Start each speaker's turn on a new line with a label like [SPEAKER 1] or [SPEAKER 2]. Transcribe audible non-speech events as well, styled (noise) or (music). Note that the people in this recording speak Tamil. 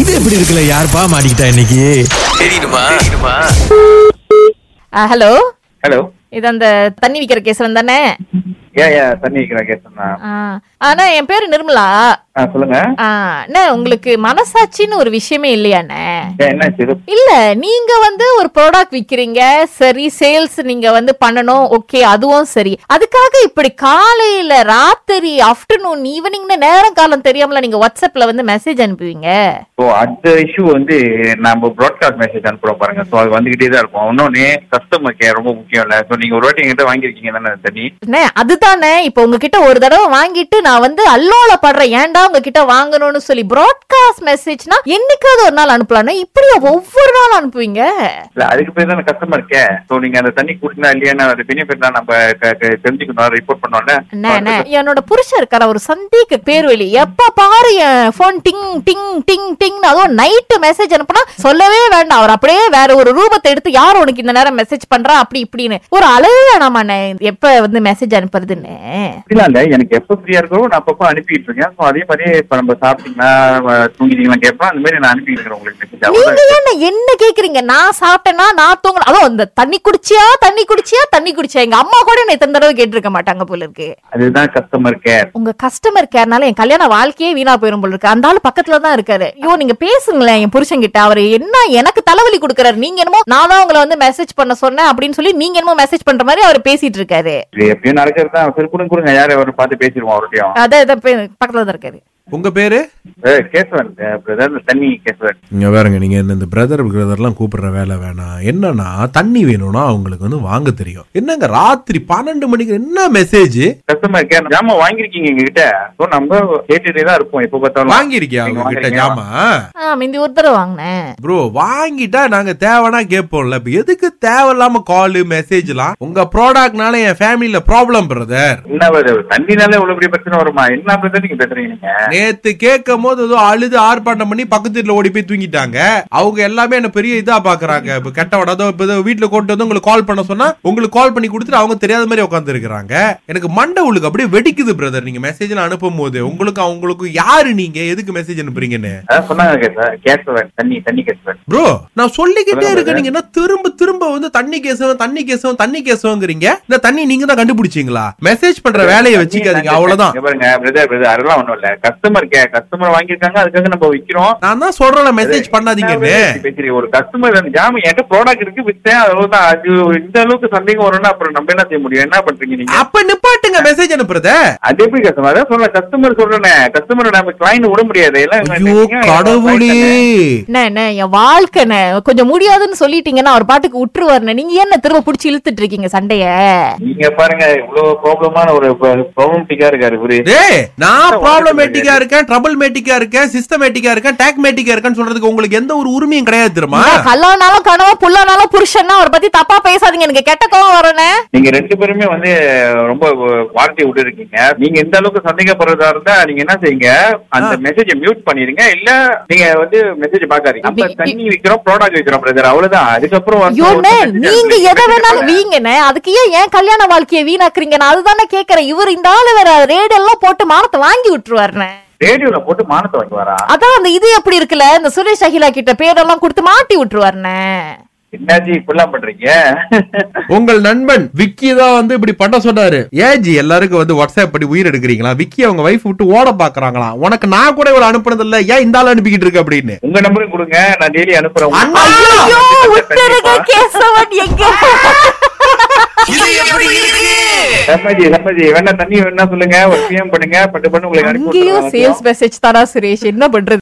[SPEAKER 1] இது எப்படி இருக்குல்ல யாருப்பா மாட்டிக்கிட்டா இன்னைக்கு
[SPEAKER 2] ஹலோ
[SPEAKER 3] ஹலோ
[SPEAKER 2] இது அந்த தண்ணி விக்கிற கேசவன் தானே
[SPEAKER 3] ஏன் ஏன் தண்ணி வைக்கிற கேசன் தான்
[SPEAKER 2] ஆ. ஆனா என் பேரு நிர்மலா
[SPEAKER 3] ஆ சொல்லுங்க
[SPEAKER 2] ஆ, அண்ணே உங்களுக்கு மனசாட்சின்னு ஒரு விஷயமே இல்லையாண்ணே
[SPEAKER 3] ஏன் என்ன இது
[SPEAKER 2] இல்ல நீங்க வந்து ஒரு ப்ராடக்ட் விக்கிறீங்க சரி சேல்ஸ் நீங்க வந்து பண்ணணும் ஓகே அதுவும் சரி அதுக்காக இப்படி காலையில ராத்திரி ஆஃப்டர்நூன் ஈவினிங்னு நேரம் காலம் தெரியாமல நீங்க வாட்ஸ்அப்ல வந்து மெசேஜ் அனுப்புவீங்க
[SPEAKER 3] ஓ அந்த இஷ்யூ வந்து நம்ம ப்ராட்காஸ்ட் மெசேஜ் அனுப்புறோம் பாருங்க ஸோ அது வந்துகிட்டே தான் இருக்கும் இன்னொன்னு கஸ்டமர் கேர் ரொம்ப முக்கியம் இல்ல ஸோ நீங்க ஒரு வாட்டி எங்கிட்ட வாங்கியிருக்கீங்க தானே அந்த தண்ணி
[SPEAKER 2] அண்ணே, அதுதானே இப்ப உங்ககிட்ட ஒரு தடவை வாங்கிட்டு நான் வந்து அல்லோல படுறேன் ஏன்டா உங்ககிட்ட வாங்கணும்னு சொல்லி ப்ராட்காஸ்ட் மெசேஜ்னா என்னைக்காவது ஒரு நாள் அனுப்பலாம்னா இப்படியா ஒவ்வொரு நாள் அனுப்புவீங்க
[SPEAKER 3] இல்ல அதுக்கு பேர் தான் கஸ்டமர் கேர் ஸோ நீங்க அந்த தண்ணி குடிச்சா இல்லையான்னு அது பெனிஃபிட் தான் நம்ம க- க- தெரிஞ்சுக்கணும் ரிப்போர்ட் பண்ணோம்ல
[SPEAKER 2] அண்ணே, அண்ணே, என்னோட புருஷன் இருக்கார ஒரு சந்தேக பேர் வெளி எப்ப பாரு என் போன் டிங் டிங் டிங் டிங் அதுவும் நைட்டு மெசேஜ் அனுப்புனா சொல்லவே வேண்டாம் அவர் அப்படியே வேற ஒரு ரூபத்தை எடுத்து யார் உனக்கு இந்த நேரம் மெசேஜ் பண்றா அப்படி இப்படின்னு ஒரு அளவு வேணாமா அண்ணே, எப்ப வந்து மெசேஜ் அனுப்புறதுன்னு
[SPEAKER 3] இல்ல இல்ல எனக்கு எப்போ ஃப்ரீயா இருக்கோ நான் அப்பப்போ அனுப்பிட்டு இருக்கேன் ஸோ அதே மாதிரி இப்ப நம்ம சாப்பிட்டீங்களா தூங்கிட்டீங்களா கேட்பேன் அந்த மாதிரி நான் அனுப்பிட்டு இருக்கிறேன் உங்களுக்கு message.
[SPEAKER 2] நீங்க
[SPEAKER 3] அவ்வளவுதான்.
[SPEAKER 2] ஏன் என்ன கேக்குறீங்க நான் சாப்பிட்டேன்னா நான் தூங்கல அதுவும் அந்த தண்ணி குடிச்சியா தண்ணி குடிச்சியா தண்ணி குடிச்சியா எங்க அம்மா கூட என்னை இத்தனை தடவை கேட்டிருக்க மாட்டாங்க போல இருக்கு
[SPEAKER 3] அதுதான் கஸ்டமர் கேர்
[SPEAKER 2] உங்க கஸ்டமர் கேர்னால என் கல்யாண வாழ்க்கையே வீணா போயிரும் போல இருக்கு அந்த ஆளு பக்கத்துல தான் இருக்காரு ஐயோ நீங்க பேசுங்களேன் என் புருஷன் கிட்ட அவர் என்ன எனக்கு தலைவலி கொடுக்கறாரு நீங்க என்னமோ நான் தான் உங்களை வந்து மெசேஜ் பண்ண சொன்னேன் அப்படின்னு சொல்லி நீங்க என்னமோ மெசேஜ் பண்ற மாதிரி அவர் பேசிட்டு இருக்காரு
[SPEAKER 3] இது எப்பயும் நடக்கிறது தான் சரி கொடுங்க கொடுங்க யாரும் அவரை பார்த்து பேசிடுவோம் அவர்கிட்டயும்
[SPEAKER 2] அதான் இதான் பே- பக்கத்துல தான் இருக்காரு
[SPEAKER 4] உங்க பேரு
[SPEAKER 3] ஏய், கேசவன் பிரதர் தண்ணி கேசவன்
[SPEAKER 4] இங்க பாருங்க நீங்க என்ன இந்த பிரதர் பிரதர்லாம் கூப்பிடுற வேலை வேணாம் என்னன்னா தண்ணி வேணும்னா அவங்களுக்கு வந்து வாங்க தெரியும் என்னங்க ராத்திரி பன்னெண்டு மணிக்கு என்ன மெசேஜ்
[SPEAKER 3] கஸ்டமர் கேர் ஜாமா வாங்கிருக்கீங்க எங்ககிட்ட ஸோ நம்ம கேட்டுட்டே தான் இருப்போம் எப்போ பார்த்தாலும்
[SPEAKER 4] வாங்கியிருக்கியா
[SPEAKER 3] நீங்க
[SPEAKER 4] அவங்க கிட்ட
[SPEAKER 3] வாங்குறீங்களா?
[SPEAKER 4] ஜாமா
[SPEAKER 2] ஆஹ் மிந்தி ஒரு தடவை வாங்கினேன்
[SPEAKER 4] ப்ரோ வாங்கிட்டா நாங்க தேவைன்னா கேட்போம்ல இப்ப எதுக்கு தேவையில்லாம கால் மெசேஜ்லாம் உங்க ப்ராடக்ட்னால என் ஃபேமிலில ப்ராப்ளம் பிரதர்
[SPEAKER 3] என்ன வருது தண்ணினால இவ்வளவு பெரிய பிரச்சனை வருமா என்ன பிரச்சனை நீங்க பேசுறீங்க நீங்க
[SPEAKER 4] நேத்து கேட்கும் போது ஏதோ அழுது ஆர்ப்பாட்டம் பண்ணி பக்கத்து வீட்டுல ஓடி போய் தூங்கிட்டாங்க அவங்க எல்லாமே என்ன பெரிய இதா பாக்குறாங்க இப்ப கெட்டவட அதோ இப்ப ஏதோ வீட்டுல கூட்டு வந்து உங்களுக்கு கால் பண்ண சொன்னா உங்களுக்கு கால் பண்ணி கொடுத்துட்டு அவங்க தெரியாத மாதிரி உட்கார்ந்து இருக்காங்க எனக்கு மண்டை உங்களுக்கு அப்படியே வெடிக்குது பிரதர் நீங்க மெசேஜ்ல அனுப்பும் போது உங்களுக்கு அவங்களுக்கு யாரு நீங்க எதுக்கு மெசேஜ் அனுப்புறீங்கன்னு
[SPEAKER 3] அதான் சொன்னாங்க கேசவன் கேசவன் தண்ணி தண்ணி கேசவன்
[SPEAKER 4] ப்ரோ நான் சொல்லிக்கிட்டே இருக்கேன் நீங்க என்ன திரும்ப திரும்ப வந்து தண்ணி கேசவன் தண்ணி கேசவன் தண்ணி கேசவங்கிறீங்க இந்த தண்ணி நீங்க தான் கண்டுபிடிச்சீங்களா மெசேஜ் பண்ற வேலையை வச்சுக்காதீங்க அவ்வளவுதான்
[SPEAKER 3] இங்க பாருங்க பிரதர் பிரதர் அதெல்லாம் ஒண்ணும் இல்ல கஸ்டமர் கேர் கஸ்டமர் வாங்கியிருக்காங்க அதுக்காக நம்ம விக்கிறோம்
[SPEAKER 4] நான் தான் சொல்றேன் மெசேஜ் பண்ணாதீங்கன்னு
[SPEAKER 3] என்ன பேசுறீங்க? ஒரு கஸ்டமர் ஜாம என்கிட்ட ப்ராடக்ட் இருக்கு வித்தேன் அவ்வளவுதான் அது இந்த அளவுக்கு சந்தேகம் வரும்னா அப்புறம் நம்ம என்ன செய்ய முடியும் என்ன பண்றீங்க நீங்க
[SPEAKER 4] அப்ப நிப்பாட்டுங்க மெசேஜ் அனுப்புறத
[SPEAKER 3] அது எப்படி கஸ்டமர் அதான் சொல்ல கஸ்டமர் சொல்றேன் கஸ்டமர் நம்ம கிளைண்ட் விட முடியாது எல்லாம் இவங்க நினைக்கிறாங்க, client
[SPEAKER 2] என்ன என்ன என் வாழ்க்கைண்ணே கொஞ்சம் முடியாதுன்னு சொல்லிட்டீங்கன்னா அவர் பாட்டுக்கு விட்டுருவாருண்ணே நீங்க என்ன திரும்ப புடிச்சு இழுத்துட்டு இருக்கீங்க சண்டைய
[SPEAKER 3] தானே. நீங்க பாருங்க இவ்வளவு ப்ராப்ளமான ஒரு ப்ராப்ளம்டிக்கா இருக்காரு இவரு
[SPEAKER 4] டேய் நான் ப்ராப்ளமேட்டிக்கா இருக்கேன் ட்ரபிள் மேட்டிக்கா இருக்கேன் சிஸ்டமேட்டிக்கா இருக்கேன் டேக்மேட்டிக்கா இருக்கேன்னு சொல்றதுக்கு உங்களுக்கு எந்த ஒரு உரிமையும் கிடையாது தெரியுமா
[SPEAKER 2] கல்லானாலும் கனவா புல்லானாலும் புருஷன்னா அவரை பத்தி தப்பா பேசாதீங்க எனக்கு கெட்ட கோவம் வரணும்
[SPEAKER 3] நீங்க ரெண்டு பேருமே வந்து ரொம்ப வார்த்தையை விட்டு இருக்கீங்க நீங்க இந்த அளவுக்கு சந்தேகப்படுறதா இருந்தா நீங்க என்ன செய்யுங்க அந்த மெசேஜை மியூட் பண்ணிருங்க இல்ல நீங்க வந்து மெசேஜ் பாக்காதீங்க அப்ப
[SPEAKER 2] அப்படி-
[SPEAKER 3] தண்ணி விக்கிறோம் ப்ராடக்ட் விக்கிறோம் பிரதர் அவ்வளவுதான் அதுக்கப்புறம் வந்து
[SPEAKER 2] ஐயோ
[SPEAKER 3] ஒரு
[SPEAKER 2] அண்ணே,
[SPEAKER 3] message
[SPEAKER 2] நீங்க
[SPEAKER 3] அனுப்பி-
[SPEAKER 2] எதை வேணாலும் வீங்கண்ணே அதுக்கு ஏன் ஏன் கல்யாண வாழ்க்கையை வீணாக்குறீங்க நான் அதுதானே கேக்குறேன் இவர் இந்த ஆளு வேற ரேடெல்லாம் போட்டு மானத்தை வாங்கி விட்டுருவாருண்ணே
[SPEAKER 3] ரேடியோல போட்டு மானத்தை வாங்கி வரா
[SPEAKER 2] அதான் அந்த இது எப்படி இருக்குல்ல இந்த சுரேஷ் அகிலா கிட்ட பேரெல்லாம் கொடுத்து மாட்டி விட்டுருவாருண்ணே
[SPEAKER 3] என்னாச்சு இப்படிலாம் பண்றீங்க (laughs)
[SPEAKER 4] உங்கள் நண்பன் விக்கி தான் வந்து இப்படி பண்ண சொன்னாரு ஏஜி எல்லாருக்கும் வந்து வாட்ஸ்அப் பண்ணி உயிர் எடுக்கிறீங்களா விக்கி அவங்க வைஃப் விட்டு ஓட பாக்குறாங்களா உனக்கு நான் கூட இவ்வளவு அனுப்புனது இல்ல ஏன் இந்த ஆள் அனுப்பிக்கிட்டு இருக்கு அப்படின்னு
[SPEAKER 3] உங்க நம்பரும் கொடுங்க நான் டெய்லி அனுப்புறேன்
[SPEAKER 4] அண்ணா!
[SPEAKER 2] ஐயோ விட்டுருங்க
[SPEAKER 3] கண்டிப்பா.
[SPEAKER 2] கேசவன் எங்க
[SPEAKER 3] சம்மதி சம்மதி வேணா தண்ணி வேணா சொல்லுங்க ஒரு பிஎம் பண்ணுங்க பட்டு பண்ணு உங்களுக்கு அனுப்பி
[SPEAKER 2] அங்கேயும்
[SPEAKER 3] விட்டுறேன்.
[SPEAKER 2] சேல்ஸ் மெசேஜ் தானா சுரேஷ் என்ன பண்றது